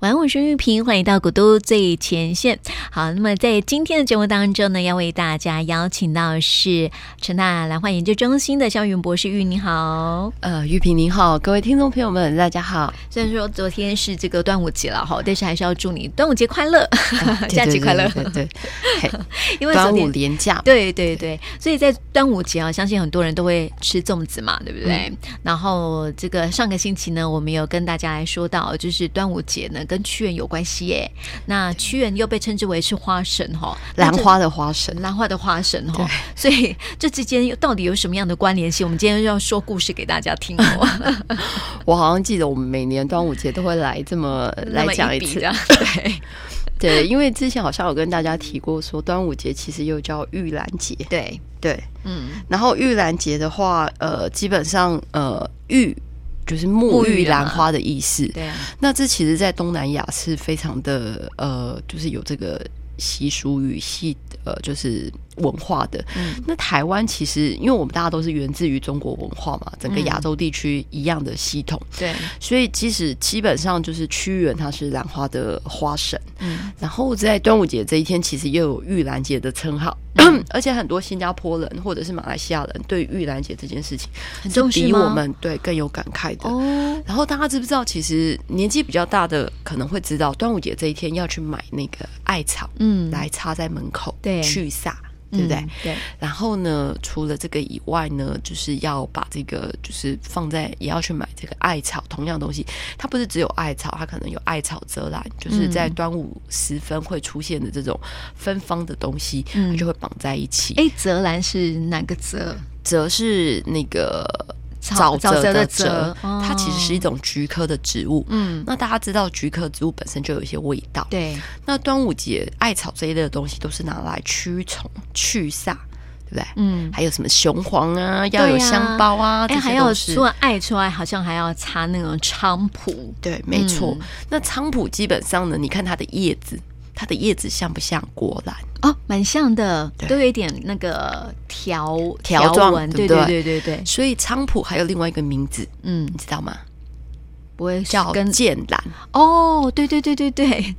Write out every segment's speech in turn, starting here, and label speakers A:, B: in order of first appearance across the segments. A: 晚安，我是玉萍，欢迎到古都最前线。好，那么在今天的节目当中呢，要为大家邀请到是成大兰花研究中心的肖云博士玉，你好。
B: 呃，玉萍您好，各位听众朋友们，大家好，
A: 虽然说昨天是这个端午节了哈，但是还是要祝你端午节快乐，
B: 哎
A: 啊假期快乐。
B: 对对对对对
A: 因
B: 嘿
A: 为昨
B: 端午
A: 天
B: 连假，
A: 对对对，所以在端午节啊，相信很多人都会吃粽子嘛，对不对？
B: 嗯
A: 然后这个上个星期呢，我们有跟大家来说到，就是端午节呢跟屈原有关系耶。那屈原又被称之为是花神哈、哦，
B: 兰花的花神
A: 那这。兰花的花神哈、哦，所以这之间又到底有什么样的关联性？我们今天要说故事给大家听哦，
B: 我好像记得我们每年端午节都会来这么 来
A: 那么
B: 讲
A: 一
B: 一
A: 笔
B: 次
A: 这， 样对
B: 对，因为之前好像有跟大家提过说，端午节其实又叫玉兰节，
A: 对，
B: 对。
A: 嗯，
B: 然后玉兰节的话，呃，基本上呃玉就是
A: 沐
B: 沐
A: 浴
B: 浴
A: 啦
B: 兰花的意思，
A: 对啊，
B: 那这其实，在东南亚是非常的呃，就是有这个习俗与系呃，就是文化的。
A: 嗯
B: 那台湾其实，因为我们大家都是源自于中国文化
A: 嗯
B: 嘛，整个亚洲地区一样的系统，
A: 对，
B: 所以即使基本上就是屈原他是兰花的花神，
A: 嗯
B: 然后在端午节这一天，其实又有玉兰节的称号。
A: 嗯
B: 而且很多新加坡人或者是马来西亚人对玉兰节这件事情
A: 很
B: 是
A: 重视
B: 比
A: 吗
B: 我们对更有感慨的。
A: 哦，
B: 然后大家知不知道，其实年纪比较大的可能会知道，端午节这一天要去买那个艾草
A: 嗯，
B: 来插在门口，
A: 对
B: 去煞，
A: 嗯，
B: 对不对？
A: 对，
B: 然后呢，除了这个以外呢，就是要把这个就是放在，也要去买这个艾草，同样东西，它不是只有艾草，它可能有艾草遮兰，就是在端午时分会出现的这种芬芳的东西，
A: 嗯
B: 它就会绑在一起。
A: 哎，泽兰是哪个泽？
B: 则是那个
A: 草
B: 沼
A: 沼泽
B: 泽
A: 的
B: 的
A: 泽
B: 泽，
A: 哦
B: 嗯它其实是一种菊科的植物。
A: 嗯，
B: 那大家知道菊科植物本身就有一些味道，。
A: 对，
B: 那端午节艾草这一类的东西都是拿来驱虫、去煞，对不对？
A: 嗯。
B: 还有什么雄黄啊，要有
A: 对啊
B: 香包啊，
A: 哎、
B: 这
A: 还
B: 些
A: 要
B: 都是
A: 除。了爱之外，好像还要擦那种菖蒲。
B: 对，没错。
A: 嗯
B: 那菖蒲基本上呢，你看它的叶子，它的叶子像不像果兰？
A: 哦，蛮像的，
B: 对
A: 都有一点那个条
B: 条状
A: 纹，对
B: 对不对
A: 对对对，
B: 所以菖蒲还有另外一个名字，
A: 嗯，
B: 你知道吗？
A: 不会
B: 叫
A: 跟
B: 剑兰。
A: 哦，对对对对 对，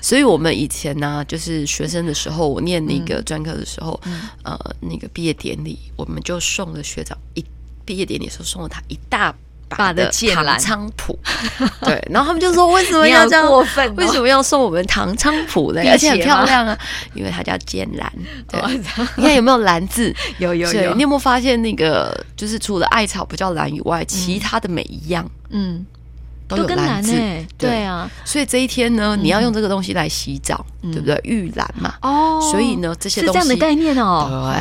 B: 所以我们以前呢、就是学生的时候，我念那
A: 嗯
B: 个专科的时候，呃，那个毕业典礼，我们就送了学长一毕业典礼的时候送了他一大
A: 把
B: 把
A: 的
B: 的
A: 剑兰
B: 糖菖 蒲，对，然后他们就说为什么要
A: 你
B: 这
A: 好
B: 样
A: 过分哦
B: 为什么要送我们糖菖蒲呢？
A: 辟邪吗
B: 而且很漂亮啊，因为它叫剑兰。对
A: 哦这样，
B: 你看有没有兰字？
A: 有 有
B: 对
A: 有
B: 你有没有发现那个就是除了艾草不叫兰以外，其他的每一样
A: 嗯，
B: 都有
A: 跟
B: 兰
A: 蓝
B: 字
A: 哎、。对啊，
B: 所以这一天呢，
A: 嗯
B: 你要用这个东西来洗澡，对不对？玉兰嘛，
A: 哦，
B: 所以呢，这些
A: 是
B: 东
A: 这
B: 西呃
A: 样的概念哦，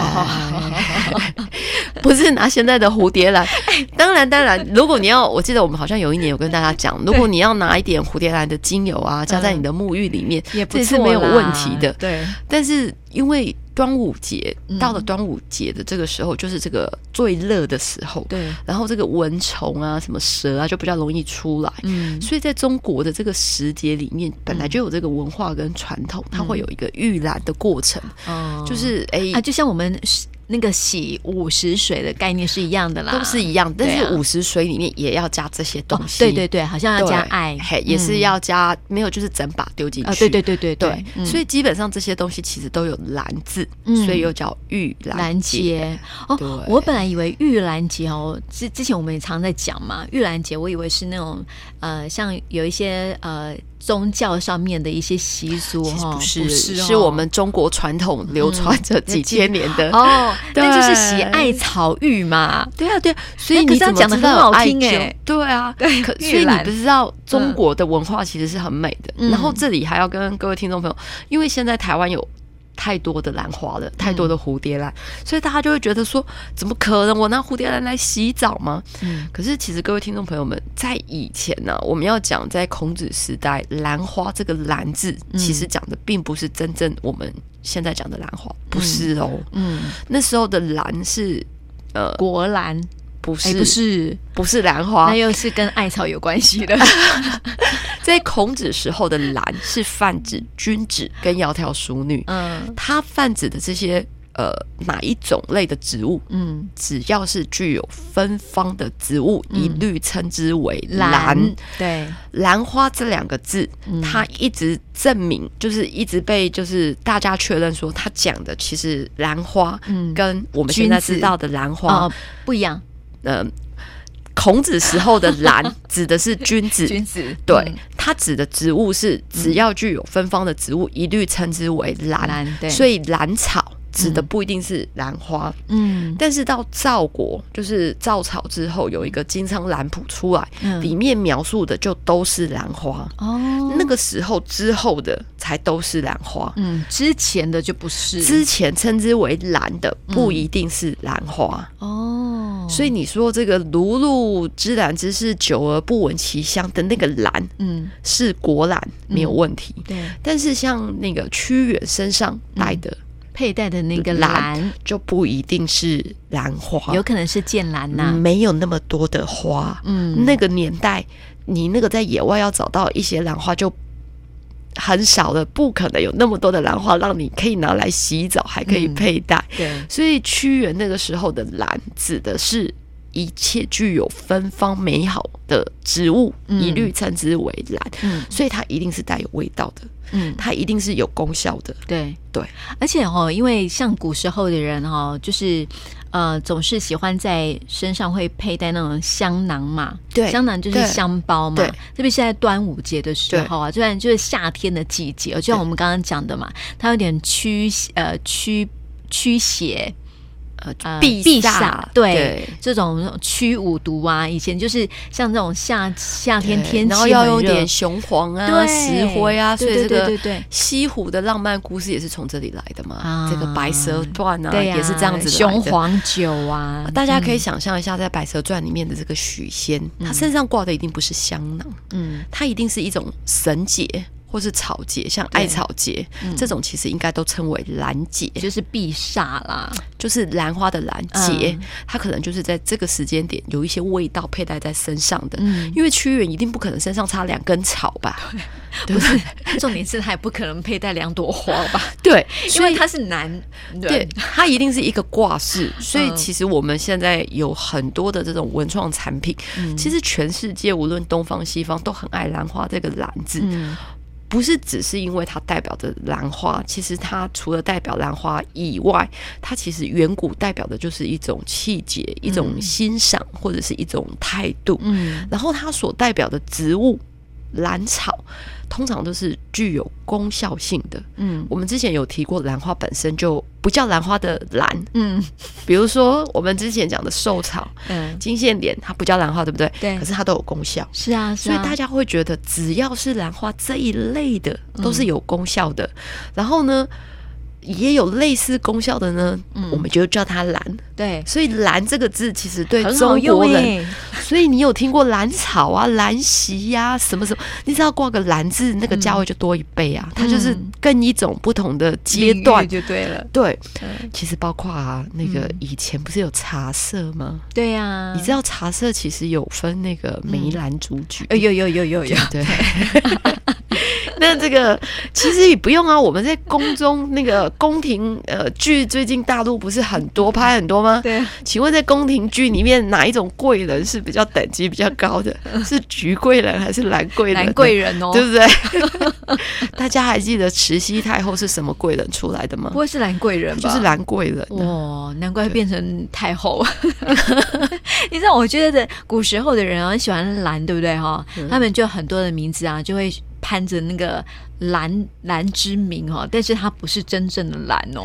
B: 对， 不是拿现在的蝴蝶兰。
A: 哎
B: 当然，当然，如果你要，我 记得我们好像有一年有跟大家讲，如果你要拿一点蝴蝶兰的精油啊，加在你的沐浴里面，
A: 嗯也不
B: 这是
A: 错
B: 没有
A: 啦
B: 问题的。
A: 对，嗯
B: 但是因为端午节到了端午节的这个时候，就是这个最热的时候，
A: 对
B: 然后这个蚊虫啊、什么蛇啊就比较容易出来，
A: 嗯
B: 所以在中国的这个时节里面，本来就有这个文化跟传统，它会有一个预览的过程，
A: 嗯哦，
B: 就是哎。
A: 啊，就像我们那个洗五十水的概念是一样的啦，
B: 都是一样，但
A: 对啊
B: 是五十水里面也要加这些东
A: 哦，
B: 西，
A: 对对对，好像要
B: 对
A: 加爱，嗯
B: 嘿，也是要加，没有就是整把丢进
A: 啊，
B: 去，
A: 对对对对
B: 对，嗯所
A: 以
B: 以基本上这些东西其实都有“兰”字，
A: 嗯
B: 所以又叫玉兰
A: 兰节哦
B: 对，
A: 我本来以为玉兰节哦，之之前我们也常在讲嘛，玉兰节我以为是那种呃，像有一些呃宗教上面的一些习俗
B: 其实
A: 哦，
B: 不是，
A: 是哦嗯
B: 是我们中国传统流传着几千年的。
A: 哦，
B: 对
A: 那就是喜爱草玉嘛，
B: 对啊，对啊，所以
A: 那可
B: 你
A: 是他
B: 怎么
A: 讲得
B: 知道
A: 很好
B: 有艾
A: 听
B: 灸
A: 欸
B: 对 啊，
A: 对
B: 可所
A: 玉
B: 以你
A: 兰
B: 不知道中
A: 嗯
B: 国的文化其实是很美的。
A: 嗯
B: 然后这里还要跟各位听众朋友，因为现在台湾有。太多的兰花了，太
A: 嗯
B: 多的蝴蝶兰，所以大家就会觉得说，怎么可能？我拿蝴蝶兰来洗澡吗？
A: 嗯
B: 可是其实各位听众朋友们，在以前呢、我们要讲在孔子时代，兰花这个“兰”字，其实讲的并不是真正我们现在讲的兰花，不是哦。
A: 嗯，
B: 那时候的“兰”是呃，
A: 国兰
B: 不是、啊
A: 哎不是，
B: 不是兰花
A: 那，又是跟艾草有关系 的
B: 在孔子时候的“兰”是泛指君子跟窈窕淑女，
A: 嗯
B: 它泛指的这些呃哪一种类的植物，
A: 嗯，
B: 只要是具有芬芳的植物，一律称之为兰。
A: 蓝嗯对，
B: 兰花这两个字，它一直证明，就是一直被就是大家确认说，它讲的其实兰花
A: 嗯
B: 跟我们
A: 君
B: 现在
A: 子
B: 知道的兰花
A: 哦，，不一样，
B: 呃，孔子时候的兰 指的是君子，
A: 子
B: 对，它指的植物是只要具有芬芳的植物，一律称之为兰。
A: 蓝对，
B: 所
A: 以
B: 以兰草指的不一定是兰花，
A: 嗯
B: 但是到赵国就是赵朝之后，有一个《金仓兰谱》出来，
A: 嗯
B: 里面描述的就都是兰花。
A: 哦，
B: 那个时候之后的才都是兰花，
A: 嗯，之前的就不是
B: 之前称之为兰的不
A: 嗯
B: 一定是兰花。
A: 哦，
B: 所以你说这个如露之兰之是久而不闻其香的那个兰
A: 嗯，
B: 是果兰没有问题，
A: 对，
B: 但是像那个屈原身上带的
A: 嗯佩戴的那个
B: 蓝哦
A: 蓝，
B: 就不一定是兰花，
A: 有可能是剑兰呐、
B: 没有那么多的花。
A: 嗯
B: 嗯那个年代，你那个在野外要找到一些兰花就很少了，不可能有那么多的兰花让你可以拿来洗澡，还可以
A: 嗯
B: 佩戴。
A: 对，
B: 所以屈原那个时候的兰指的是一切具有芬芳美好的植物，
A: 嗯
B: 一律称之为兰。
A: 嗯
B: 所以它一定是带有味道的，
A: 嗯，
B: 它一定是有功效的。
A: 对
B: 对，
A: 而且哦，因为像古时候的人哦，就是呃，总是喜欢在身上会佩戴那种香囊嘛，
B: 对
A: 香囊就是
B: 对
A: 香包嘛
B: 对，
A: 特别是在端午节的时候啊，虽然就是夏天的季节，就像我们刚刚讲的嘛，它有点驱呃驱驱邪。呃
B: 避
A: 避
B: 煞
A: 煞，对
B: 对
A: 这种那种驱五毒啊，以前就是像这种夏夏天
B: 对
A: 天气
B: 然后要
A: 很
B: 用
A: 热
B: 点雄黄啊、
A: 对
B: 石灰啊，所
A: 对
B: 以这
A: 对
B: 个
A: 对对对
B: 西湖的浪漫故事也是从这里来的嘛。
A: 啊
B: 这个《白蛇传》啊，
A: 对呀、
B: 也是这样子来的哦
A: 雄。
B: 呃
A: 黄酒啊，
B: 大家可以想象一下，在《白蛇传》里面的这个许仙，他身上挂的一定不是香囊，
A: 嗯，
B: 它一定是一种绳结或是草结，像艾草结、
A: 嗯
B: 这种，其实应该都称为兰结，
A: 就是必煞啦，
B: 就是兰花的兰结、
A: 嗯
B: 它可能就是在这个时间点有一些味道佩戴在身上的。
A: 嗯，
B: 因为屈原一定不可能身上插两根草吧？
A: 不是， 重点是他也不可能佩戴两朵花 吧，
B: 对，
A: 因为他是男人，
B: 对，它一定是一个挂饰。所以
A: 嗯
B: 其实我们现在有很多的这种文创产品，
A: 嗯
B: 其实全世界无论东方西方都很爱兰花这个“兰”字，
A: 嗯
B: 不是只是因为它代表着兰花，其实它除了代表兰花以外，它其实远古代表的就是一种气节、一种欣赏或者是一种态度。
A: 嗯
B: 然后它所代表的植物兰草，通常都是具有功效性的。
A: 嗯
B: 我们之前有提过，兰花本身就不叫兰花的兰，
A: 嗯
B: 比如说我们之前讲的寿草、
A: 嗯，
B: 金线莲，它不叫兰花，对不对？
A: 对
B: 可是它都有功效，
A: 是啊，是
B: 所以
A: 啊，
B: 大家会觉得只要是兰花这一类的都是有功效的。然后呢，也有类似功效的呢，我们就叫它兰。
A: 对
B: 所以“兰”这个字其实对
A: 很好
B: 中
A: 用
B: 国人，
A: 哎、
B: 所以你有听过兰草啊、兰席呀、什么什么？你只要挂个兰字，那个价位就多一倍
A: 嗯
B: 啊！它就是跟一种不同的阶段。
A: 就对了，
B: 对，嗯
A: 对
B: 其实包括啊，那个以前不是有茶社吗？
A: 对呀、啊，
B: 你知道茶社其实有分那个梅兰竹菊，
A: 呃？有有有有 有，
B: 对。 那这个其实也不用啊，我们在宫中那个宫廷呃剧，最近大陆不是很多拍很多吗？
A: 对啊，
B: 请问在宫廷剧里面，哪一种贵人是比较等级比较高 的？是菊贵人还是兰贵人呢？
A: 男贵人哦，
B: 对不对？ 大家还记得慈禧太后是什么贵人出来的吗
A: 不？会是男贵人吧？
B: 就是兰贵人
A: 哇、
B: 啊、
A: 难怪变成太后。 你知道，我觉得古时候的人啊很喜欢兰，对不对哈、他们就很多的名字啊，就会攀着那个兰兰之名哦，但是它不是真正的兰哦。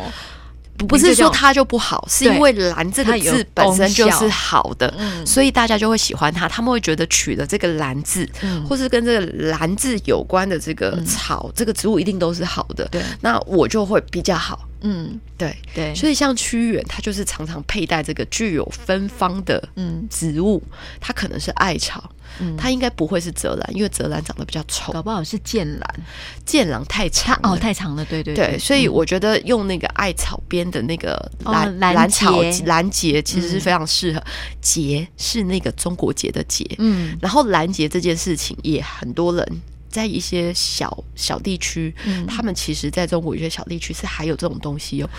B: 不不是说它就不好，是因为“兰”这个字本身就是好的，
A: 嗯
B: 所以大家就会喜欢它。他们会觉得取的这个“兰”字，
A: 嗯
B: 或是跟这个“兰”字有关的这个草、这个植物，一定都是好的。
A: 对，
B: 那我就会比较好。
A: 嗯，
B: 对，
A: 对，
B: 所以像屈原，他就是常常佩戴这个具有芬芳的
A: 嗯
B: 植物，它可能是艾草，
A: 嗯
B: 它应该不会是泽兰，因为泽兰长得比较丑，
A: 搞不好是剑兰
B: 剑兰太长了
A: 哦，太长了，对对嗯
B: 对，所以我觉得用那个艾草边的那个
A: 哦
B: 兰、
A: 兰
B: 兰草
A: 结嗯
B: 兰结其实是非常适合。结是那个中国结的结，
A: 嗯
B: 然后拦截这件事情也很多人在一些小小地区，
A: 嗯
B: 他们其实在中国有些小地区是还有这种东西哦，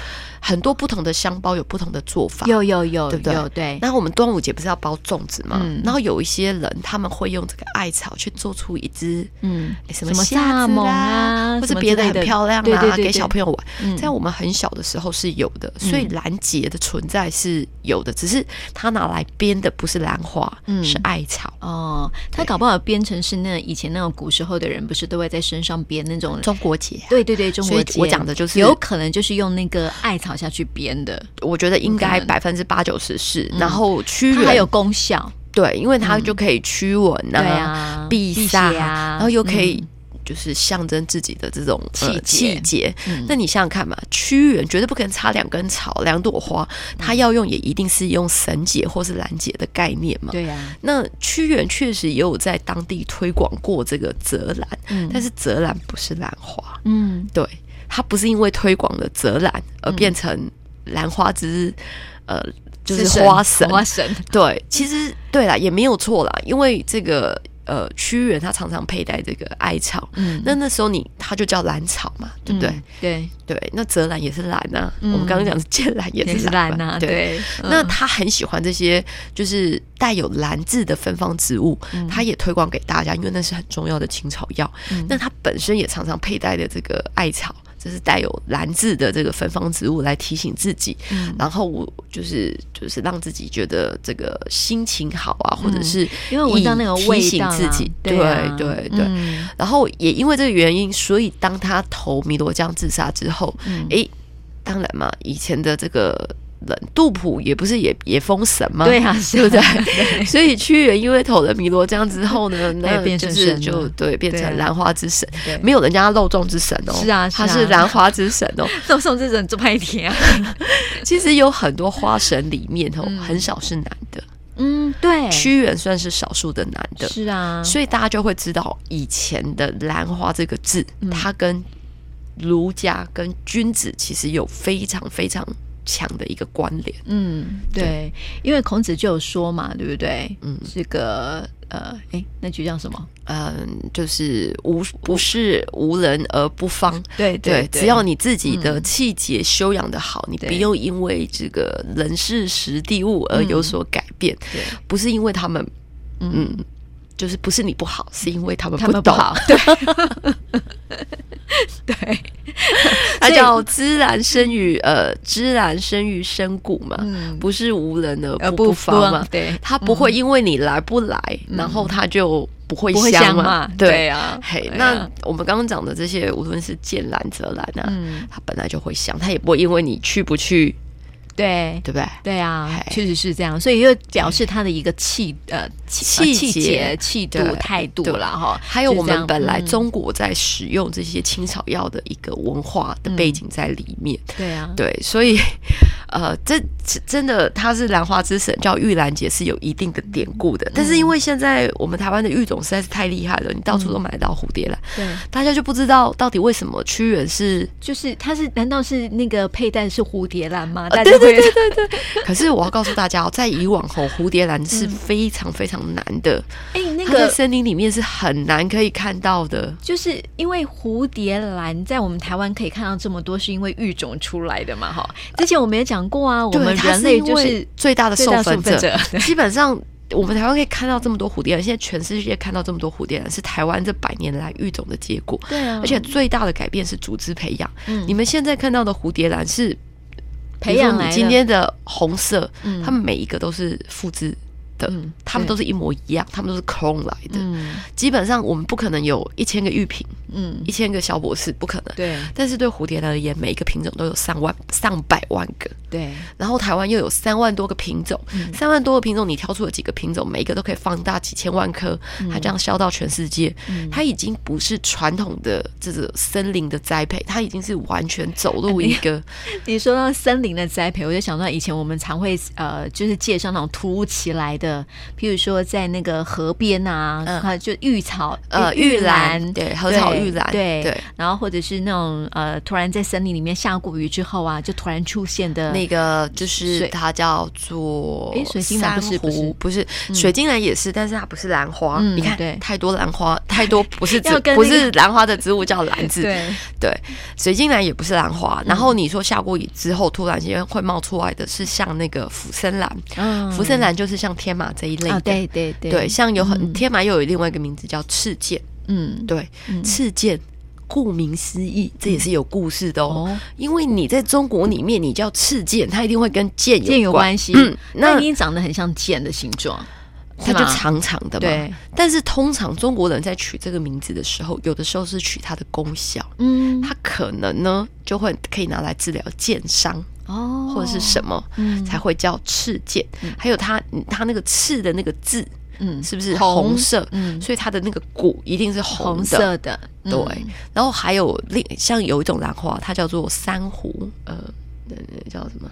B: 很多不同的香包有不同的做法。
A: 有有有，
B: 对不对
A: 有对，
B: 然后我们端午节不是要包粽子吗？
A: 嗯
B: 然后有一些人他们会用这个艾草去做出一只
A: 嗯，
B: 诶什么
A: 什么
B: 虾
A: 萨
B: 子
A: 蒙
B: 啊，
A: 啊
B: 或者
A: 什么
B: 别的
A: 之
B: 很
A: 类的
B: 漂亮啊，
A: 对对对
B: 给小
A: 对
B: 朋友玩。
A: 嗯
B: 在我们很小的时候是有的，所以兰结的存在是有的，只是它拿来编的不是兰花，
A: 嗯
B: 是艾草。
A: 哦，他搞不好编成是那以前那种古时候的人，不是都会在身上编那种。
B: 中国结啊、
A: 嗯对对对，中
B: 所
A: 国
B: 以
A: 结
B: 我讲的就是
A: 有可能就是用那个艾草下去编的，
B: 我觉得应
A: 有
B: 该
A: 可能
B: 百分之八九十是。然后屈
A: 它
B: 原
A: 还有功效，
B: 对，因为它就可以驱蚊呐、
A: 对啊
B: 避
A: 辟
B: 煞
A: 邪啊
B: 然后又可以就是象征自己的这种
A: 气
B: 呃
A: 节
B: 气节。
A: 嗯
B: 那你想想看嘛，屈原绝对不可能插两根草、两朵花，
A: 嗯
B: 他要用也一定是用绳结或是拦截的概念嘛。
A: 对呀、
B: 那屈原确实也有在当地推广过这个泽兰，
A: 嗯
B: 但是泽兰不是兰花，
A: 嗯，
B: 对，它不是因为推广了泽兰而变成兰花之、呃，就是花神。
A: 花神，
B: 对，其实对啦，也没有错啦，因为这个呃屈原他常常佩戴这个艾草，
A: 嗯
B: 那那时候你它就叫兰草嘛，对不对？
A: 嗯对，
B: 对，那泽兰也是兰啊，
A: 嗯
B: 我们刚刚讲的剑兰也
A: 也是
B: 是 兰
A: 烂
B: 嘛
A: 呐、对，
B: 那
A: 嗯
B: 他很喜欢这些，就是带有兰字的芬芳植物，
A: 嗯
B: 他也推广给大家，因为那是很重要的青草药。那他本身也常常佩戴的这个艾草，这是带有兰字的这个芬芳植物来提醒自己，
A: 嗯
B: 然后我就是就是让自己觉得这个心情好啊，或者是
A: 嗯因为闻到那个
B: 以
A: 味
B: 提醒
A: 道、啊，
B: 自己，对
A: 对啊
B: 对对。
A: 嗯
B: 然后也因为这个原因，所以当他投汨罗江自杀之后，
A: 嗯
B: 诶，当然嘛，以前的这个人杜甫也不是也也封神吗？
A: 对啊，
B: 对
A: 是
B: 不对？所以屈原因为投了汨罗江之后呢，
A: 他也
B: 那
A: 变
B: 就
A: 成
B: 是
A: 神
B: 就
A: 了
B: 对变
A: 对
B: 成
A: 啊
B: 兰花之神
A: 对，
B: 没有人家肉粽之神哦，
A: 是啊是
B: 他是
A: 啊
B: 兰花之神 哦。
A: 送送这人做拍贴 啊，
B: 其实有很多花神里面哦
A: 嗯，
B: 很少是男的，
A: 嗯，对，
B: 屈原算是少数的男的，
A: 是啊，
B: 所以大家就会知道以前的“兰花”这个字，它跟儒家跟君子其实有非常非常强的一个关联。
A: 嗯，对，因为孔子就有说嘛，对不对？
B: 嗯
A: 这个呃，哎，那句叫什么？
B: 嗯，就是无不是无人而不芳。
A: 对
B: 对，只要你自己的
A: 嗯
B: 气节修养的好，你不
A: 对
B: 用因为这个人事时地物而有所改变，
A: 对
B: 不是因为他们，嗯，就是不是你不好，是因为他们
A: 他
B: 不
A: 们不
B: 懂，
A: 好，对对，
B: 它
A: 所以
B: 叫知然生于呃，知然生于深谷嘛，
A: 嗯
B: 不是无人而
A: 而
B: 不不
A: 不
B: 发嘛
A: 不。对嗯
B: 他不会因为你来不来，然后他就不会
A: 不会
B: 香
A: 香嘛对啊
B: 嘿，
A: 对
B: 那
A: 啊
B: 我们刚刚讲的这些，无论是剑兰、泽兰啊，
A: 嗯
B: 它本来就会香，它也不会因为你去不去，
A: 对。
B: 对不对？
A: 对啊，
B: 嘿
A: 确实是这样，所以就表示他的一个气呃气
B: 气
A: 呃气
B: 节
A: 节、气度
B: 对、
A: 态度
B: 对
A: 啦。哈。
B: 还有
A: 就是
B: 我
A: 这
B: 们
A: 样
B: 本来
A: 嗯
B: 中国在使用这些青草药的一个文化
A: 嗯
B: 的背景在里面，
A: 对啊，
B: 对，所以呃，这这真的它是兰花之神，叫玉兰节是有一定的典故的。但是因为
A: 嗯
B: 现在我们台湾的育种实在是太厉害了，你到处都买得到蝴蝶兰，
A: 对，
B: 大家就不知道到底为什么屈原是。
A: 就是他是难道是那个佩戴是蝴蝶兰吗？
B: 呃
A: 大家会
B: 对对对对。可是我要告诉大家哦，在以往吼，蝴蝶兰是非常非常难的，
A: 哎、嗯那
B: 它在
A: 个
B: 森林里面是很难可以看到的。
A: 就是因为蝴蝶兰在我们台湾可以看到这么多，是因为育种出来的嘛？哈，之前我们也讲过啊，我
B: 呃对
A: 们
B: 它
A: 人类
B: 因
A: 就
B: 为
A: 是
B: 最大的
A: 最
B: 受
A: 大的
B: 粉
A: 受分者 对
B: 基本上。我们台湾可以看到这么多蝴蝶兰，现在全世界看到这么多蝴蝶兰，是台湾这百年来育种的结果。
A: 对啊
B: 而且最大的改变是组织培养。
A: 嗯
B: 你们现在看到的蝴蝶兰是
A: 培养
B: 比如说
A: 来
B: 你
A: 的
B: 今天的红色，
A: 嗯
B: 它们每一个都是复制的
A: 嗯，
B: 它们
A: 对
B: 都是一模一样，它们都是 clone 来的。
A: 嗯
B: 基本上我们不可能有一千个玉瓶，
A: 嗯
B: 一千个小博士，不可能。
A: 对
B: 但是对蝴蝶兰而言，每一个品种都有上万、上百万个，
A: 对
B: 然后台湾又有三万多个品种，三、万多个品种，你挑出了几个品种，每一个都可以放大几千万颗，它这样销到全世界，它已经不是传统的这个森林的栽培，它已经是完全走入一 个，
A: 你说到森林的栽培，我就想到以前我们常会呃，就是介绍那种突如其来的的，譬如说在那个河边啊，
B: 嗯
A: 啊就玉草
B: 呃，玉兰，对，禾草玉兰，
A: 对
B: 对，
A: 然后或者是那种呃，突然在森林里面下过雨之后啊，就突然出现的
B: 那个就是
A: 水
B: 它叫做
A: 诶水晶兰不是
B: 珊瑚不是水晶兰也是，但是它不是兰花。
A: 嗯
B: 你看
A: 对，
B: 太多 兰花，太多不是
A: 要
B: 植
A: 跟那个
B: 不是兰花的植物叫兰 字。
A: 对
B: 对，水晶兰也不是兰花。然后你说下过雨之后，突然间会冒出来的是像那个浮生兰，
A: 嗯
B: 浮生兰就是像天麻这一类的。
A: 啊，对对对
B: 对，像有很
A: 嗯
B: 天麻又有另外一个名字叫赤剑。
A: 嗯
B: 对，
A: 嗯
B: 赤剑，顾名思义，这也是有故事的哦。
A: 哦
B: 因为你在中国里面，你叫赤剑，它一定会跟剑有
A: 剑有关系，
B: 嗯
A: 那
B: 那
A: 你长得很像剑的形状，
B: 它就
A: 对吗
B: 长长的嘛。
A: 对，
B: 但是通常中国人在取这个名字的时候，有的时候是取它的功效，
A: 嗯，
B: 它可能呢就会可以拿来治疗剑伤
A: 哦，
B: 或者是什么，
A: 嗯
B: 才会叫赤剑。还有它它那个赤的那个字
A: 嗯
B: 是不是
A: 红
B: 红色？
A: 嗯
B: 所以它的那个骨一定是红的。
A: 红色的，嗯
B: 对，然后还有另像有一种兰花，它叫做珊瑚，呃，呃叫什么？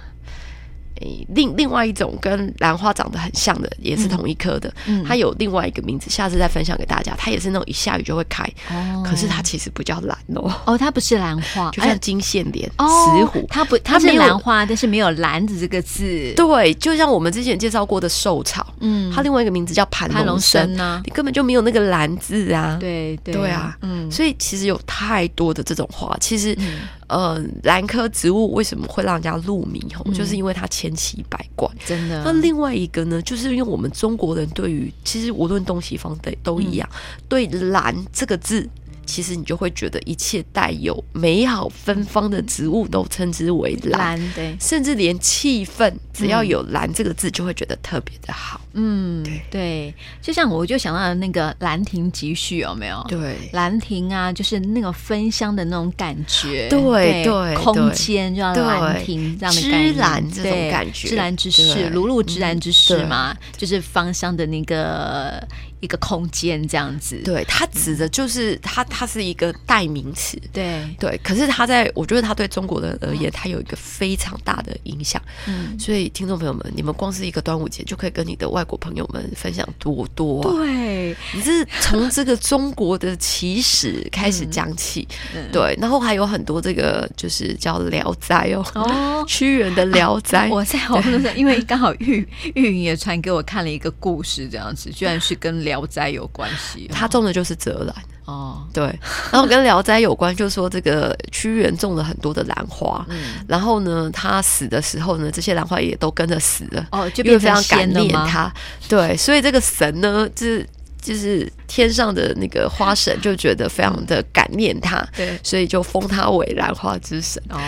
B: 诶，另另外一种跟兰花长得很像的，也是同一科的，
A: 嗯
B: 它有另外一个名字，下次再分享给大家。它也是那种一下雨就会开，
A: 哦
B: 可是它其实不叫兰哦，
A: 哦，它不是兰花，
B: 就
A: 哎
B: 像金线莲、
A: 哦
B: 石斛，
A: 它不，它
B: 它
A: 是
B: 没有
A: 兰花，但是没有“兰”子这个字。
B: 对，就像我们之前介绍过的寿草，
A: 嗯
B: 它另外一个名字叫盘
A: 盘龙
B: 龙参
A: 参啊
B: 你根本就没有那个兰字啊。
A: 对对
B: 对啊，
A: 嗯，
B: 所以其实有太多的这种花。其实，呃，兰科植物为什么会让人家入迷吼，就是因为它千奇百怪。
A: 真的
B: 那另外一个呢，就是因为我们中国人对于其实无论东西方的都一样，对“兰”这个字，其实你就会觉得一切带有美好芬芳的植物都称之为兰，嗯
A: 兰对，
B: 甚至连气氛，只要有“兰”这个字，就会觉得特别的好。
A: 嗯
B: 对
A: 对，就像我就想到了那个《兰亭集序》，有没有？
B: 对，
A: 兰亭啊，就是那个芬香的那种感觉，
B: 对对
A: 空
B: 对
A: 间就像
B: 对
A: 兰亭这样的
B: 芝
A: 概念
B: 兰这种
A: 对
B: 感觉
A: 芝兰之室，
B: 对嗯
A: 如露芝兰之室
B: 对
A: 嘛，就是芳香的那个一个空间这样子，
B: 对，它指的就是它，它是一个代名词。
A: 对，
B: 对，可是他在我觉得他对中国人而言，他有一个非常大的影响。
A: 嗯，
B: 所以，听众朋友们，你们光是一个端午节就可以跟你的外国朋友们分享多多、啊。
A: 对，
B: 你是从这个中国的起始开
A: 嗯
B: 始讲起，对，然后还有很多这个就是叫《聊斋》哦，
A: 哦，
B: 屈原的《聊斋》
A: 我在网络上，因为刚好玉 玉云也传给我看了一个故事，这样子居然是跟《聊斋》有关系。
B: 他种的就是泽兰，
A: 哦，
B: 对，然后跟《聊斋》有关，就说这个屈原种了很多的兰花，
A: 嗯，
B: 然后呢，他死的时候呢，这些兰花也都跟着死了，
A: 哦，就
B: 因为
A: 变
B: 非
A: 成
B: 常感
A: 仙了
B: 念
A: 吗？
B: 他。对，所以这个神呢，就是就是天上的那个花神，就觉得非常的感念他，
A: 嗯对
B: 所以就封他为兰花之神。
A: 哦。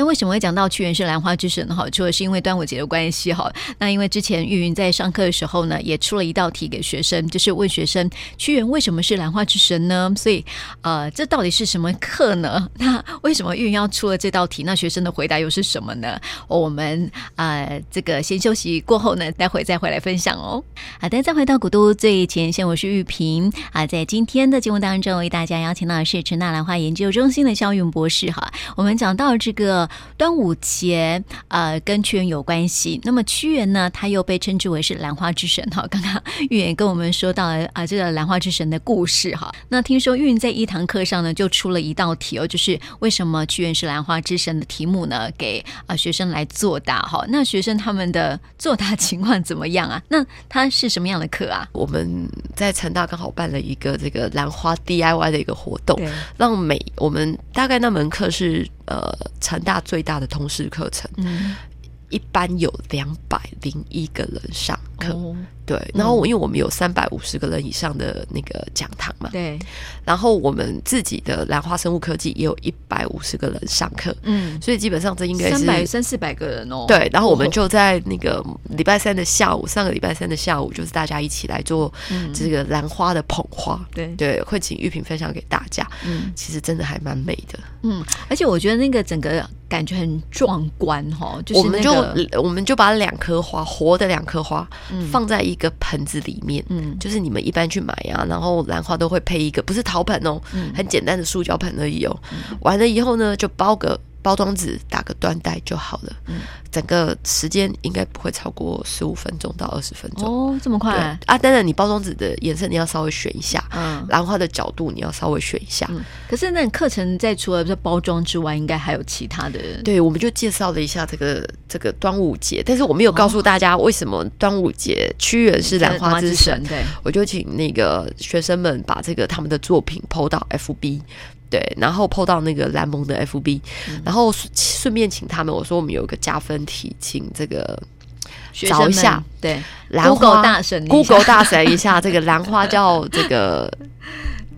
A: 那为什么会讲到屈原是兰花之神呢？哈，除了是因为端午节的关系哈，那因为之前玉云在上课的时候呢，也出了一道题给学生，就是问学生屈原为什么是兰花之神呢？所以，呃，这到底是什么课呢？那为什么玉云要出了这道题？那学生的回答又是什么呢？哦我们呃，这个先休息过后呢，待会再回来分享哦。好的，再回到古都最前线，我是玉萍啊。在今天的节目当中，为大家邀请到的是陈纳兰花研究中心的肖云博士哈。我们讲到这个端午节，呃，跟屈原有关系。那么屈原呢，他又被称之为是兰花之神哈。刚刚玉言跟我们说到了啊、这个兰花之神的故事哈。 那听说玉云在一堂课上呢，就出了一道题哦，就是为什么屈原是兰花之神的题目呢，给啊、学生来作答哈。那学生他们的作答情况怎么样啊？那它是什么样的课啊？
B: 我们在成大刚好办了一个这个兰花 DIY 的一个活动，
A: 嗯
B: 让每我们大概那门课是呃成大最大的通识课程，
A: 嗯，
B: 一般有两百零一个人上课。
A: 哦，
B: 对，然后我因为我们有三百五十个人以上的那个讲堂嘛，
A: 对，
B: 然后我们自己的兰花生物科技也有一百五十个人上课，
A: 嗯，
B: 所以基本上这应该
A: 三
B: 是
A: 百三四百个人哦，
B: 对。然后我们
A: 哦
B: 就在那个礼拜三的下午，上个礼拜三的下午，就是大家一起来做
A: 嗯
B: 这个兰花的捧花，
A: 对
B: 对，会请玉萍分享给大家。
A: 嗯
B: 其实真的还蛮美的，
A: 嗯，而且我觉得那个整个感觉很壮观哦，就
B: 我
A: 是
B: 们
A: 那
B: 就
A: 个
B: 我们就把两颗花，活的两颗花，放在一个盆子里面，
A: 嗯
B: 就是你们一般去买啊，然后兰花
A: 嗯
B: 都会配一个，不是陶盆哦，很简单的塑胶盆而已哦。完了以后呢，就包个。包装纸打个缎带就好了。
A: 嗯
B: 整个时间应该不会超过十五分钟到二十分钟。
A: 哦，这么
B: 对
A: 快
B: 啊，，当然你包装纸的颜色你要稍微选一下，
A: 嗯。
B: 然后它的角度你要稍微选一下。
A: 嗯，可是那课程在除了这包装之外，应该还有其他的
B: 对，我们就介绍了一下这个这个端午节，但是我没有告诉大家为什么端午节屈原是兰花之神，
A: 哦对，
B: 我就请那个学生们把这个他们的作品 PO 到 FB。对，然后 PO 到那个蓝盟的 FB，、
A: 嗯
B: 然后顺顺便请他们，我说我们有一个加分题，请这个
A: 学生
B: 找
A: 们
B: 一下
A: 对
B: 兰花
A: Google 大神一下
B: Google 大神一下，这个兰花叫这 个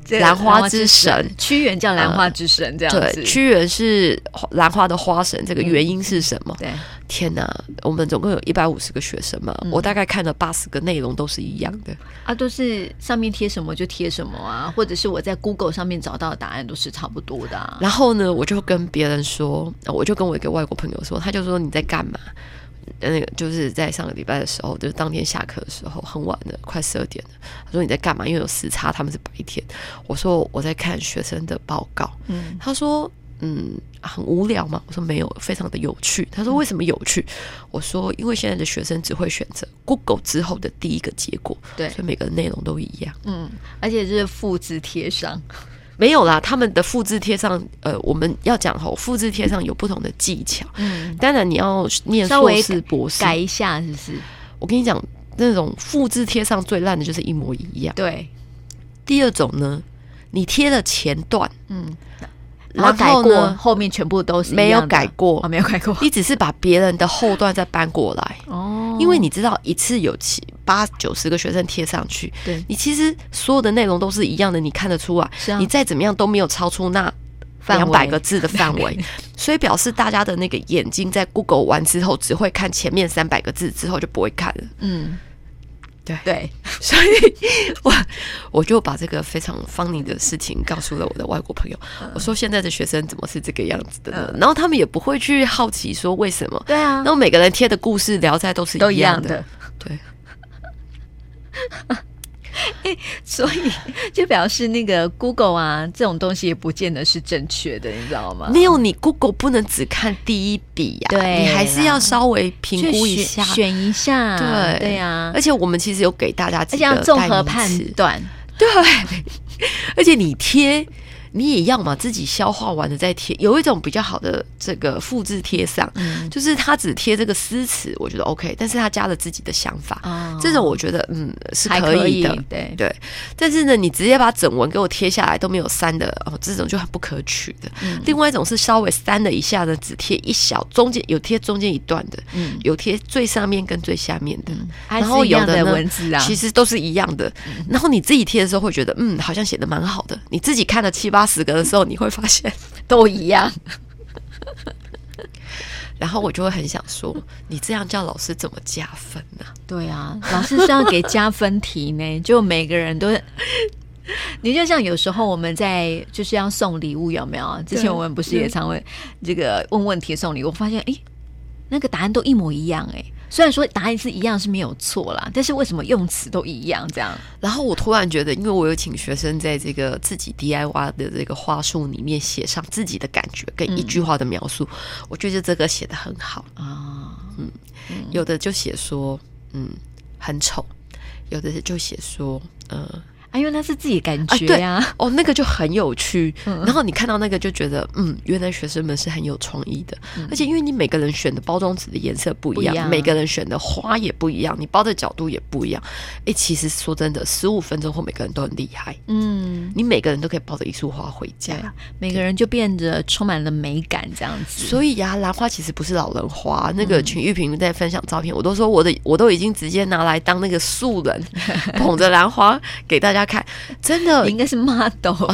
A: 这
B: 兰花之神呃
A: 屈原叫兰花之神这样子，嗯
B: 对，屈原是兰花的花神，这个原因是什么？
A: 对，
B: 天哪，我们总共有一百五十个学生嘛，我大概看了八十个内容都是一样的。
A: 啊，都是上面贴什么就贴什么啊，或者是我在 Google 上面找到的答案都是差不多的啊。
B: 然后呢，我就跟别人说，呃我就跟我一个外国朋友说，他就说你在干嘛？呃那个就是在上个礼拜的时候，就是当天下课的时候，很晚了，快十二点了。他说你在干嘛？因为有时差，他们是白天。我说我在看学生的报告。
A: 嗯，
B: 他说嗯，很无聊吗？我说没有，非常的有趣。他说为什么有趣？我说因为现在的学生只会选择 Google 之后的第一个结果，
A: 对
B: 所以每个内容都一样。
A: 嗯，而且是复制贴上，
B: 没有啦，他们的复制贴上，呃，我们要讲吼，复制贴上有不同的技巧。
A: 嗯，
B: 当然，你要 念
A: 稍
B: 硕
A: 微
B: 士、博士，
A: 改一下是不是？
B: 我跟你讲，那种复制贴上最烂的就是一模一样。
A: 对，
B: 第二种呢，你贴了前段，
A: 嗯，然
B: 然
A: 后改
B: 后
A: 过，
B: 呢
A: 后面全部都是一
B: 没有
A: 样的
B: 改过
A: 啊，，没有改 过。
B: 你只是把别人的后段再搬过来。
A: 哦
B: 因为你知道一次有七八九十个学生贴上去，
A: 对
B: 你其实所有的内容都是一样的，你看得出来，
A: 是啊
B: 你再怎么样都没有超出那
A: 范围
B: 两百个字的范 围，所以表示大家的那个眼睛在 Google 完之后，只会看前面三百个字，之后就不会看了。
A: 嗯，
B: 对
A: 对，
B: 所以我我就把这个非常 funny 的事情告诉了我的外国朋友，
A: 嗯
B: 我说现在的学生怎么是这个样子的呢？然后他们也不会去好奇说为什么。
A: 对啊
B: 然，后每个人贴的故事聊斋都是
A: 都
B: 一
A: 一
B: 样
A: 样
B: 的
A: 的，。
B: 对。
A: 所以就表示那个 Google 啊，这种东西也不见得是正确的，你知道吗？
B: 没有，你 Google 不能只看第一笔呀、
A: 对
B: 你还是要稍微评估一
A: 去
B: 下
A: 选。选一下，
B: 对
A: 对呀、
B: 而且我们其实有给大家
A: 而
B: 几
A: 且
B: 个
A: 要综合
B: 代
A: 判
B: 名词，
A: 断，
B: 对。而且你贴，你也要嘛自己消化完了再贴。有一种比较好的这个复制贴上，
A: 嗯
B: 就是他只贴这个诗词，我觉得 OK，但是他加了自己的想法，
A: 啊
B: 这种我觉得嗯是
A: 还
B: 可以的。
A: 对，
B: 对，但是呢，你直接把整文给我贴下来都没有删的哦，这种就很不可取的。
A: 嗯
B: 另外一种是稍微删了一下的，只贴一小中间有贴中间一段的，
A: 嗯
B: 有贴最上面跟最下面的，
A: 还
B: 然后
A: 是一
B: 有
A: 样的
B: 呢
A: 文字啊，嗯
B: 其实都是一样的。然后你自己贴的时候会觉得，嗯，好像写的蛮好的。你自己看了七八十个的时候，你会 发现，
A: 都一样，
B: 然后我就会很想说，你这样叫老师怎么加分呢、
A: 对啊，老师是要给加分题呢， 就每个人都。你就像有时候我们在就是要送礼物，有没有？之前我们不是也常会这个问问题送礼物，发现诶，那个答案都一模一样诶，虽然说答案是一样是没有错啦，但是为什么用词都一样？这样
B: 然后我突然觉得，因为我有请学生在这个自己 DIY 的这个话术里面写上自己的感觉跟一句话的描述，我觉得这个写的很好。
A: 啊，
B: 有的就写说，嗯，很丑；有的就写说，呃，
A: 啊，因为那是自己感
B: 啊，
A: 觉
B: 对
A: 呀、
B: 哦，那个就很有趣。
A: 嗯
B: 然后你看到那个就觉得，嗯，原来学生们是很有创意的，而且因为你每个人选的包装纸的颜色不
A: 嗯
B: 一
A: 不一
B: 样，
A: 样
B: 每个人选的花也不一样，你包的角度也不一样。诶，其实说真的，十五分钟后每个人都很厉害。
A: 嗯，
B: 你每个人都可以抱着一束花回
A: 对
B: 家。，
A: 每个人就变得充满了美感，这样子。
B: 所以呀、兰花其实不是老人花。那
A: 嗯
B: 个群玉萍在分享照片，我都说我的我都已经直接拿来当那个素人， 捧着兰花给大家看，真的
A: 你应该是 model，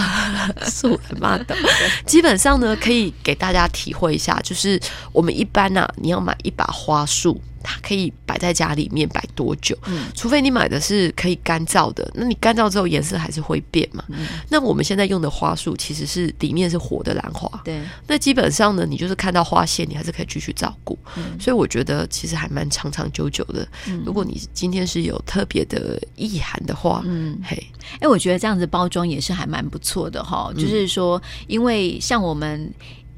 B: 素人 model。基本上呢，可以给大家体会一下，就是我们一般呐、你要买一把花束，它可以摆在家里面摆多久？除非你买的是可以干燥的，那你干燥之后颜色还是会变嘛。
A: 嗯
B: 那我们现在用的花束其实是里面是活的兰花，
A: 对，
B: 那基本上呢，你就是看到花谢，你还是可以继续照顾。所以我觉得其实还蛮长长久久的。如果你今天是有特别的意涵的话，嗯，嘿，
A: 哎、
B: 嗯
A: 我觉得这样子包装也是还蛮不错的哈。就是说，因为像我们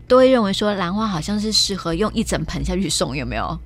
A: 都会认为说兰花好像是适合用一整盆下去送，有没有？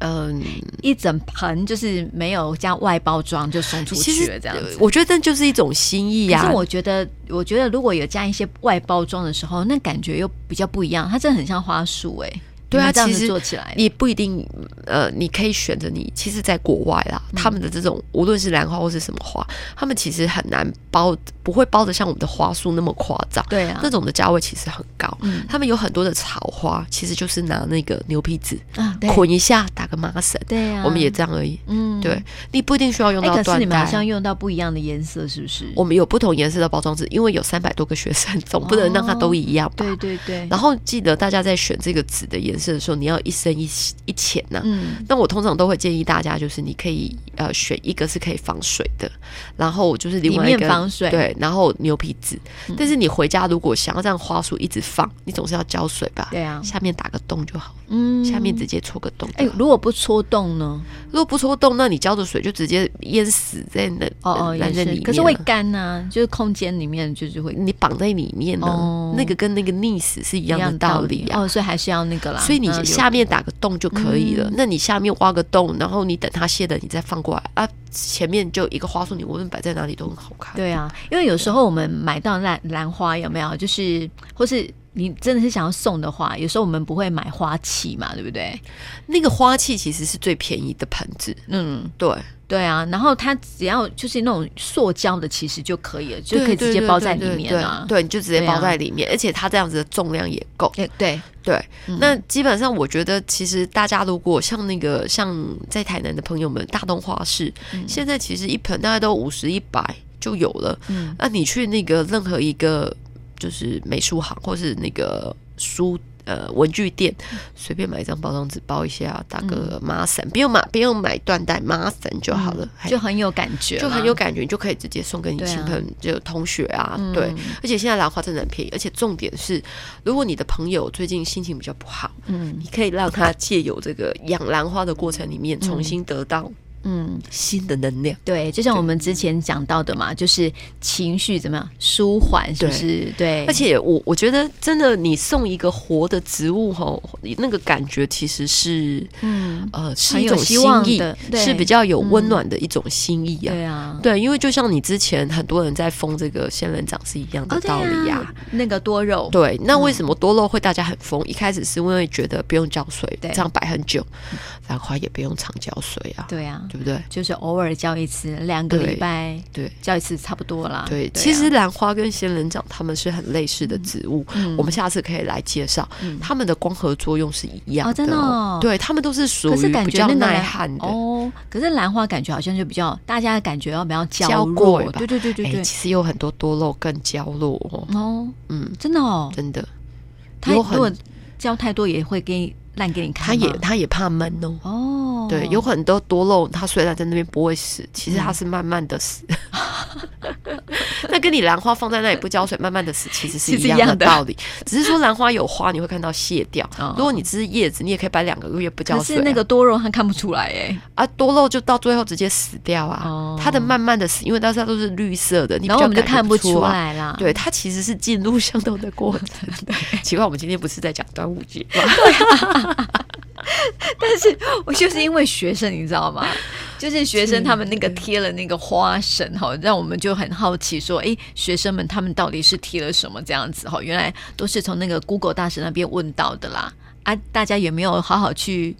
B: 嗯，
A: 一整盆就是没有加外包装就送出
B: 其
A: 去
B: 实呃
A: 了这样子。
B: 我觉得这就是一种心意啊
A: 可
B: 呀、
A: 是我觉得，我觉得如果有加一些外包装的时候，那感觉又比较不一样。它真的很像花束哎、
B: 对啊
A: 你们这样
B: 其
A: 子
B: 实
A: 做起来的，
B: 你不一定，呃，你可以选择你。其实，在国外啦，
A: 嗯
B: 他们的这种无论是兰花或是什么花，他们其实很难包，不会包的像我们的花束那么夸张。
A: 对啊
B: 那，种的价位其实很高。
A: 嗯
B: 他们有很多的草花，其实就是拿那个牛皮纸
A: 啊，对
B: 捆一下，打个麻绳，
A: 对啊，
B: 我们也这样而已。
A: 嗯
B: 对你不一定需要用
A: 哎、
B: 到
A: 可是
B: 缎
A: 你们好
B: 带。
A: 像用到不一样的颜色，是不是？
B: 我们有不同颜色的包装纸，因为有三百多个学生，总不能让它都一样吧？
A: 哦对对对，
B: 然后记得大家在选这个纸的颜色的时候，你要一深一一浅呐、
A: 嗯，
B: 那我通常都会建议大家，就是你可以呃选一个是可以防水的，然后就是另外一
A: 里
B: 个
A: 面防水嗯
B: 对，然后牛皮纸。但是你回家如果想要这样花束一直放，你总是要浇水吧？
A: 对啊
B: 下面打个洞就好，
A: 嗯，
B: 下面直接戳个洞就好。
A: 哎、如果不戳洞呢？
B: 如果不戳洞，那你浇的水就直接淹死在那
A: 哦哦，
B: 呃男
A: 也
B: 人里
A: 是，
B: 面
A: 可是会
B: 了
A: 干呐、就是空间里面就是会
B: 你绑在里面呢、
A: 哦
B: 那个跟那个溺死是一
A: 一
B: 样的道理啊。
A: 哦，所以还是要那个嗯啦。
B: 所以你
A: 嗯
B: 下面打个洞就可以了。那你下面挖个洞，然后你等它泄了，你再放过来啊。前面就一个花束，你无论摆在哪里都很好看。
A: 对啊，因为有时候我们买到兰兰花有没有？就是或是你真的是想要送的话，有时候我们不会买花器嘛，对不对？
B: 那个花器其实是最便宜的盆子，
A: 嗯，
B: 对，
A: 对啊。然后它只要就是那种塑胶的，其实就可以了，就可以直
B: 对
A: 接
B: 对
A: 包在
B: 对
A: 里
B: 对
A: 面啊。
B: 对，对你就直接
A: 对啊
B: 包在里面，而且它这样子的重量也够。
A: 对对，
B: 对，那基本上我觉得，其实大家如果像那个像在台南的朋友们，大东花市、现在其实一盆大概都五十一百就有了。
A: 嗯
B: 那你去那个任何一个就是美术行或是那个书呃文具店，随便买一张包装纸包一下，打个麻绳，不用买不用买缎带，麻绳就好了，嘿
A: 就很有感觉啦，
B: 就很有感觉，你就可以直接送给你
A: 啊对啊
B: 亲朋、就同学啊，
A: 嗯
B: 对。而且现在兰花真的很便宜，而且重点是，如果你的朋友最近心情比较不好，
A: 嗯
B: 你可以让他借由这个养兰花的过程里面，重新得到
A: 嗯，
B: 新的能量。
A: 对，就像我们之前讲到的嘛，就是情绪怎么样舒缓，是不是？对，
B: 而且我我觉得真的，你送一个活的植物吼，那个感觉其实是
A: 嗯，
B: 呃是
A: 很
B: 一
A: 有
B: 种
A: 希
B: 心
A: 望
B: 意
A: 的，对嗯
B: 是比较有温暖的一种心意啊。
A: 对啊，
B: 对，因为就像你之前很多人在封这个仙人掌是一样的
A: 哦对
B: 道理呀、
A: 啊，那个多肉，
B: 对，那为什
A: 嗯
B: 么多肉会大家很疯？一开始是因为觉得不用浇水，
A: 对
B: 这样摆很久，兰花也不用常浇水啊，
A: 对啊，
B: 对不对？
A: 就是偶尔浇一次，两个礼
B: 对
A: 拜
B: 对。
A: 浇一次差不多啦。
B: 对，
A: 啊
B: 其实兰花跟仙人掌它们是很类似的植物，
A: 嗯
B: 我们下次可以来介绍，它们的光合作用是一样
A: 哦真的哦
B: 对，它们都是属
A: 可是
B: 于
A: 感
B: 比
A: 觉
B: 较
A: 那个
B: 耐
A: 兰
B: 旱的。
A: 哦，可是兰花感觉好像就比较，大家的感觉要比较
B: 娇
A: 娇
B: 贵
A: 弱，
B: 吧
A: 对对对对
B: 哎
A: 对，
B: 其实有很多多肉更娇弱哦，
A: 哦，
B: 嗯，
A: 真的哦，
B: 真的，
A: 它
B: 有
A: 如
B: 很
A: 果浇太多也会给你烂给你看
B: 它
A: 吗，
B: 也它也怕闷哦。
A: 哦，
B: 对，有很多多肉，它虽然在那边不会死，其
A: 嗯
B: 实它是慢慢的死。 那跟你兰花放在那里不浇水，慢慢的死，其实是
A: 其实
B: 一
A: 一
B: 样
A: 样
B: 的
A: 的
B: 道理。只是说兰花有花，你会看到谢掉
A: 哦。
B: 如果你只是叶子，你也可以摆两个月不浇
A: 可
B: 水
A: 是
B: 啊。
A: 那个多肉它看不出来哎，
B: 啊，多肉就到最后直接死掉啊
A: 哦。
B: 它的慢慢的死，因为但是它都是绿色的，你比
A: 然后
B: 较
A: 我们就
B: 感觉
A: 看
B: 不
A: 出
B: 啊。
A: 来啦。
B: 对，它其实是进入相同的过程。 奇怪，我们今天不是在讲端午节吗？
A: 我就是因为学生，你知道 吗？就是学生他们那个贴了那个花绳哈，让我们就很好奇说，诶，学生们他们到底是贴了什么这样子哈？原来都是从那个 Google 大神那边问到的啦。啊，大家有没有好好去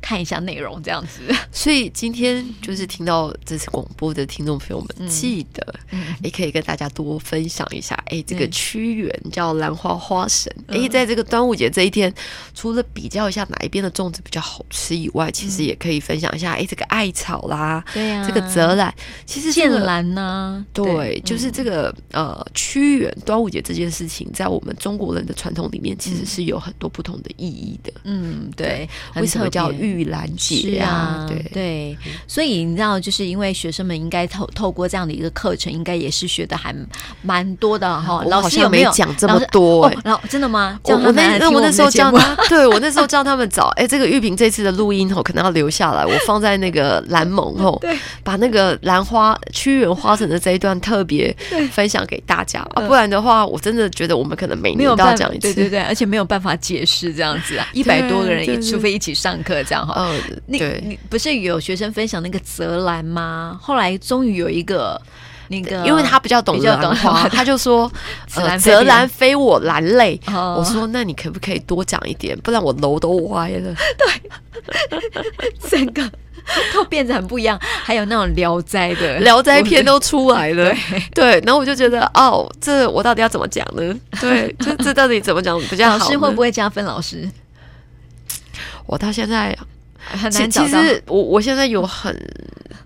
A: 看一下内容这样子？
B: 所以今天就是听到这次广播的听众朋友们，
A: 嗯
B: 记得也可以跟大家多分享一下。哎、这个
A: 嗯
B: 屈原叫兰花花神。哎、在这个端午节这一天，除了比较一下哪一边的粽子比较好吃以外，其实也可以分享一下。哎、这个艾草啦，
A: 嗯对 呀
B: 这个泽兰，其实这
A: 剑
B: 个
A: 兰嗯呐、
B: 对，就是这个呃，屈原端午节这件事情，在我们中国人的传统里面，其实是有很多不同的意义的。
A: 嗯，对，
B: 为
A: 嗯很
B: 什么
A: 特
B: 叫
A: 别
B: 玉玉兰
A: 是
B: 节啊，对
A: 对，所以你知道，就是因为学生们应该透透过这样的一个课程，应该也是学的还蛮多的哈。
B: 我
A: 老
B: 好
A: 师有
B: 像
A: 没
B: 没
A: 有
B: 讲这
A: 老
B: 么
A: 师
B: 多
A: 哦
B: 哎，
A: 老真的吗？这
B: 我
A: 样他
B: 我
A: 们
B: 那
A: 来
B: 那
A: 听
B: 我那
A: 们
B: 时
A: 的
B: 候
A: 节
B: 叫
A: 目
B: 他， 对我那时候叫他们找，哎、这个玉萍这次的录音吼，可能要留下来，我放在那个蓝盟吼， 把那个兰花屈原花城的这一段特别分享给大家啊，不然的话，我真的觉得我们可能每
A: 嗯没
B: 年
A: 有
B: 都要
A: 办法
B: 讲一，
A: 对
B: 次，
A: 对对，而且没有办法解释这样子啊，一百多个人，
B: 对
A: 也
B: 对
A: 除非一起上课这样哈。
B: 呃，
A: 你
B: 对。
A: 你不是有学生分享那个泽兰吗？后来终于有一个那个，
B: 因为他比较懂
A: 比较懂
B: 兰花，他 就说：“
A: 紫
B: 呃，
A: 兰非彼
B: 泽兰非我兰类。”
A: 哦
B: 我说：“那你可不可以多讲一点？不然我楼都歪了。
A: 整个都变得很不一样，还有那种聊斋的
B: 聊斋片都出来了， 对，然后我就觉得，哦，这我到底要怎么讲呢？对，这这到底怎么讲比较
A: 老
B: 好呢？
A: 师会不会加分？老师
B: 我到现在，
A: 很
B: 其
A: 难
B: 其
A: 找到。
B: 实我我现在有很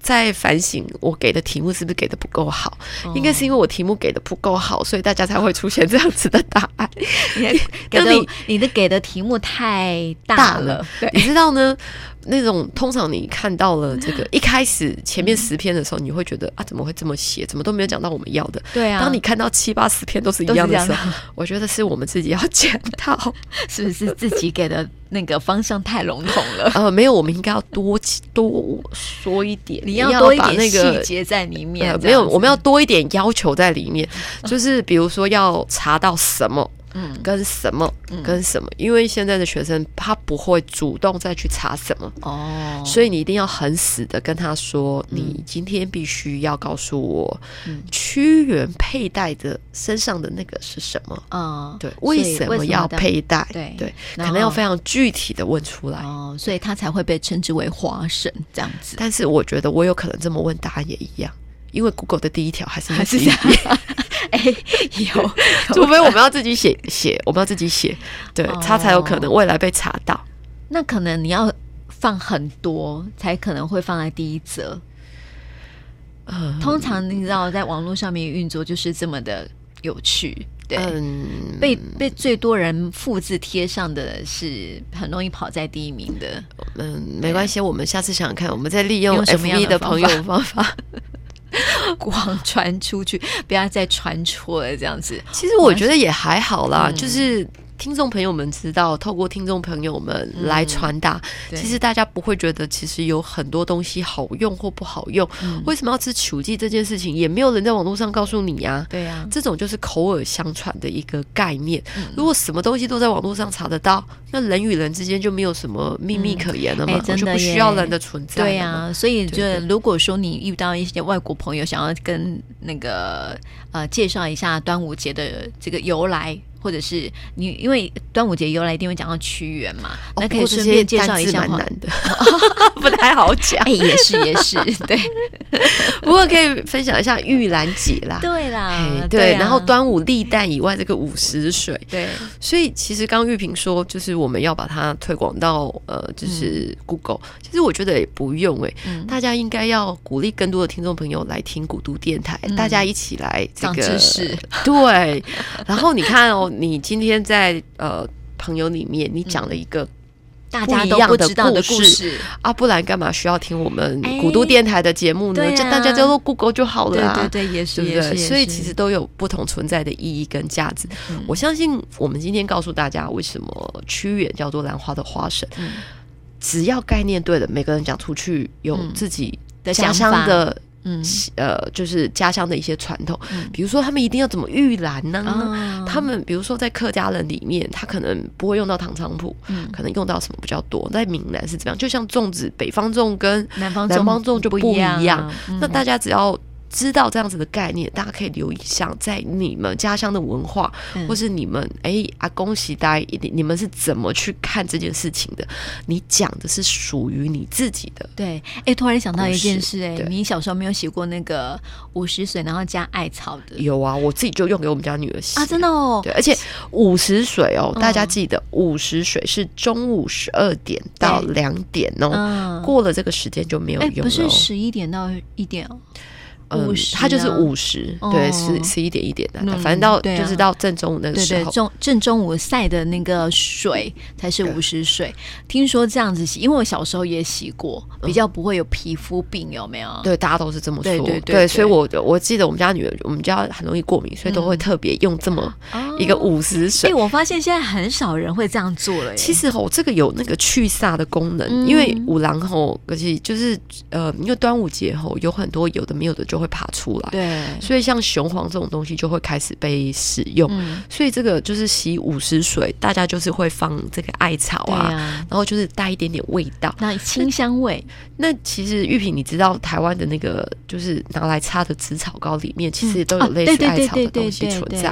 B: 在反省，我给的题目是不是给的不够好？
A: 哦
B: 应该是因为我题目给的不够好，所以大家才会出现这样子的答案。
A: 给
B: 跟
A: 的
B: 你
A: 你的给的题目太
B: 大
A: 大
B: 了
A: 了，对，
B: 你知道呢？那种通常你看到了这个一开始前面十篇的时候，你会觉得啊，怎么会这么写？怎么都没有讲到我们要的。
A: 对啊
B: 当你看到七八十篇都是一
A: 都是
B: 样的
A: 这样
B: 时候，我觉得是我们自己要检讨。
A: 是不是自己给的那个方向太笼统了？
B: 呃，没有，我们应该要多呃多 说一点，
A: 你要多一
B: 把
A: 点
B: 那个
A: 细节在里面
B: 呃，。
A: 这
B: 没有，
A: 样子
B: 我们要多一点要求在里面，就是比如说要查到什么。
A: 嗯
B: 跟什么，跟什么？因为现在的学生他不会主动再去查什么，
A: 哦，
B: 所以你一定要很死的跟他说，你今天必须要告诉我，屈原佩戴的身上的那个是什么？
A: 嗯，
B: 哦对，
A: 所以
B: 为什么要
A: 的
B: 佩戴？
A: 对
B: 对，
A: 然
B: 可能要
A: 后
B: 非常具体的问出来。
A: 哦，所以他才会被称之为花神这样子。
B: 但是我觉得我有可能这么问，答案也一样，因为 Google 的第一条还是
A: 还
B: 那
A: 是
B: 第
A: 这
B: 一
A: 样， 哎、有
B: 除非我们要自己写写，我们要自己写，对
A: 哦，
B: 他才有可能未来被查到。
A: 那可能你要放很多，才可能会放在第一则。
B: 嗯
A: 通常你知道，在网络上面运作就是这么的有趣，对，
B: 嗯，
A: 被被最多人复制贴上的是很容易跑在第一名 的。
B: 嗯，没关系，我们下次想想看，我们再利用
A: 用什么样
B: FB
A: 的
B: 的
A: 方
B: 朋
A: 法
B: 友方法。
A: 广传出去，不要再传错了，这样子。
B: 其实我觉得也还好啦，
A: 嗯
B: 就是。听众朋友们知道，透过听众朋友们来传达，
A: 嗯对
B: 其实大家不会觉得其实有很多东西好用或不好用。
A: 嗯
B: 为什么要吃球剂这件事情，也没有人在网络上告诉你啊。
A: 对呀、
B: 这种就是口耳相传的一个概念。
A: 嗯
B: 如果什么东西都在网络上查得到，那人与人之间就没有什么秘密可言了嘛，
A: 嗯哎真的
B: 我就不需
A: 耶
B: 要人的存在了嘛。
A: 对呀、啊所以就
B: 对
A: 如果说你遇到一些外国朋友想要跟那个呃介绍一下端午节的这个由来，或者是你因为端午节由来一定会讲到屈原嘛，
B: 哦
A: 那
B: 不
A: 可以
B: 过这
A: 顺
B: 些
A: 便介绍
B: 单
A: 一
B: 字
A: 下
B: 蛮
A: 话。
B: 难的，不太好讲
A: 哎，。也是也是，对
B: 不过可以分享一下玉兰节啦。
A: 对啦
B: 哎，
A: 对
B: 对，
A: 啊，
B: 然后端午历代以外这个午时水，
A: 对
B: 所以其实刚玉萍说，就是我们要把它推广到呃，就是 Google、其实我觉得也不用诶、
A: 嗯
B: 大家应该要鼓励更多的听众朋友来听古都电台，大家一起来这
A: 嗯长
B: 个
A: 知识。
B: 对，然后你看哦，你今天在呃朋友里面，你
A: 嗯
B: 讲了一个。
A: 大家
B: 不一
A: 都
B: 样
A: 不
B: 的
A: 知道的
B: 故
A: 故
B: 事
A: 事，
B: 啊，不然干嘛需要听我们
A: 哎
B: 古都电台的节目呢？
A: 对啊
B: 就大家叫做 Google 就好
A: 对
B: 了、啊。
A: 对对，也是
B: 对不
A: 也是，嗯
B: 对？
A: 也
B: 所以
A: 是
B: 其实都有不同存在的意义跟价值。我相信我们今天告诉大家为什么屈原叫做兰花的花神，
A: 嗯
B: 只要概念对了，每个人讲出去有
A: 嗯
B: 自己
A: 的
B: 家
A: 想法
B: 乡的。
A: 嗯
B: 呃，就是家乡的一些传统，
A: 嗯
B: 比如说他们一定要怎么玉兰呢、
A: 啊
B: 他们比如说在客家人里面，他可能不会用到糖菖蒲，
A: 嗯
B: 可能用到什么比较多。在闽南是怎么样？就像粽子，北方粽跟
A: 南方
B: 南
A: 粽
B: 方粽就
A: 不一
B: 一
A: 样啊
B: 样
A: 嗯
B: 那大家只要知道这样子的概念，大家可以留意一下，在你们家乡的文化，
A: 嗯
B: 或是你们哎阿公喜呆，你你们是怎么去看这件事情的？你讲的是属于你自己的。
A: 对，哎、突然想到一件事、哎
B: 故事，对
A: 你小时候没有写过那个五十岁然后加艾草的
B: 有啊，我自己就用给我们家女儿洗
A: 啊？真的哦，
B: 对，而且午时水哦，
A: 嗯
B: 大家记得午时水是中午十二点到两点哦，
A: 嗯
B: 过了这个时间就没有
A: 哎、
B: 用
A: 不
B: 了、
A: 是
B: 哦。
A: 十一点到一点哦，
B: 嗯
A: 50，
B: 它就是
A: 啊
B: 午时，
A: 哦
B: 对，十十一点一点的，
A: 嗯
B: 反正到
A: 对啊
B: 就是到正中午那个
A: 对
B: 时
A: 对，
B: 候，
A: 中正中午晒的那个水才是
B: 对
A: 午时水。听说这样子洗，因为我小时候也洗过，比较不会有皮肤病，有没有？
B: 嗯对，大家都是这么说。
A: 对对对对嗯
B: 所以我我记得我们家女儿，我们家很容易过敏，所以都会特别用这么
A: 哦
B: 一个午时
A: 哎、
B: 水。
A: 我发现现在很少人会这样做了耶。
B: 其实吼，这个有那个去煞的功能，
A: 嗯
B: 因为五郎吼，而且就是呃，因为端午节吼，有很多有的没有的就会爬出来，
A: 对，
B: 所以像雄黄这种东西就会开始被使用。
A: 嗯，
B: 所以这个就是洗午时水，大家就是会放这个艾草
A: 对
B: 啊，
A: 啊，
B: 然后就是带一点点味道。
A: 那清香味，
B: 那其实玉萍，你知道台湾的那个就是拿来擦的紫草膏里面，其实也都有类
A: 啊对
B: 似
A: 对
B: 艾草
A: 对
B: 的
A: 对
B: 东西
A: 对
B: 存
A: 对
B: 在，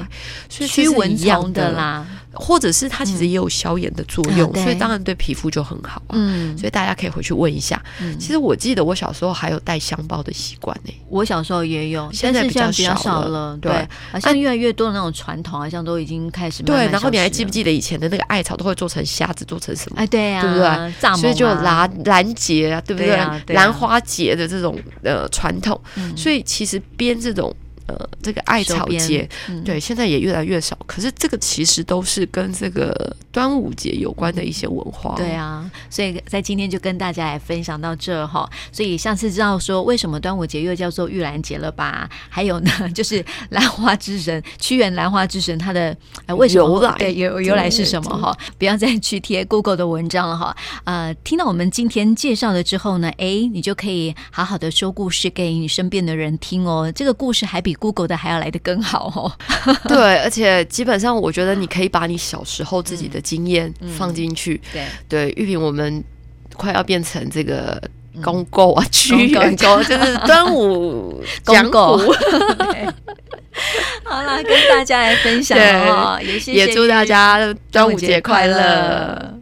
B: 所以这
A: 驱
B: 是
A: 蚊
B: 一样
A: 虫的，啦，嗯
B: 或者是它其实也有消炎的作
A: 啊
B: 用，
A: 对
B: 所以当然对皮肤就很好啊。
A: 嗯，
B: 所以大家可以回去问一下。
A: 嗯
B: 其实我记得我小时候还有带香包的习惯呢。
A: 我小时候也有，
B: 现
A: 但
B: 在
A: 是
B: 比
A: 现在
B: 较
A: 比较
B: 少
A: 少
B: 了
A: 了。
B: 对啊
A: 对，好像越来越多的那种传统，好像都已经开始慢慢
B: 对，然后你还
A: 消失
B: 记不
A: 了？
B: 记得以前的那个艾草都会做成虾子，做成什么？
A: 哎，对呀、
B: 对不
A: 蚱
B: 对？
A: 蜢、啊，
B: 所以就有兰兰节啊，对不
A: 对啊对啊
B: 兰花节的这种呃传统，
A: 嗯
B: 所以其实编这种呃这个艾
A: 手
B: 草
A: 编
B: 节，
A: 嗯
B: 对，现在也越来越少。可是这个其实都是跟这个端午节有关的一些文化。
A: 对， 啊，所以在今天就跟大家来分享到这哈。所以上次知道说为什么端午节又叫做玉兰节了吧？还有呢， 就是兰花之神屈原兰花之神他的呃为什么
B: 由来
A: 对由由来是什么哈？不要再去贴 Google 的文章了哈。呃，听到我们今天介绍了之后呢，诶，你就可以好好的说故事给你身边的人听哦。这个故事还比 Google 的还要来得更好哦。
B: 对，而且基本上我觉得你可以把你小时候自己的经验放进去。
A: 对，
B: 对，玉萍，我们快要变成这个。公购啊，屈原
A: 公
B: 购就是端 午
A: 公
B: 讲
A: 购
B: 古，
A: 好啦，跟大家来分享了哈，也谢谢
B: 也祝大家端
A: 端
B: 午
A: 午节
B: 节
A: 快
B: 快乐
A: 乐。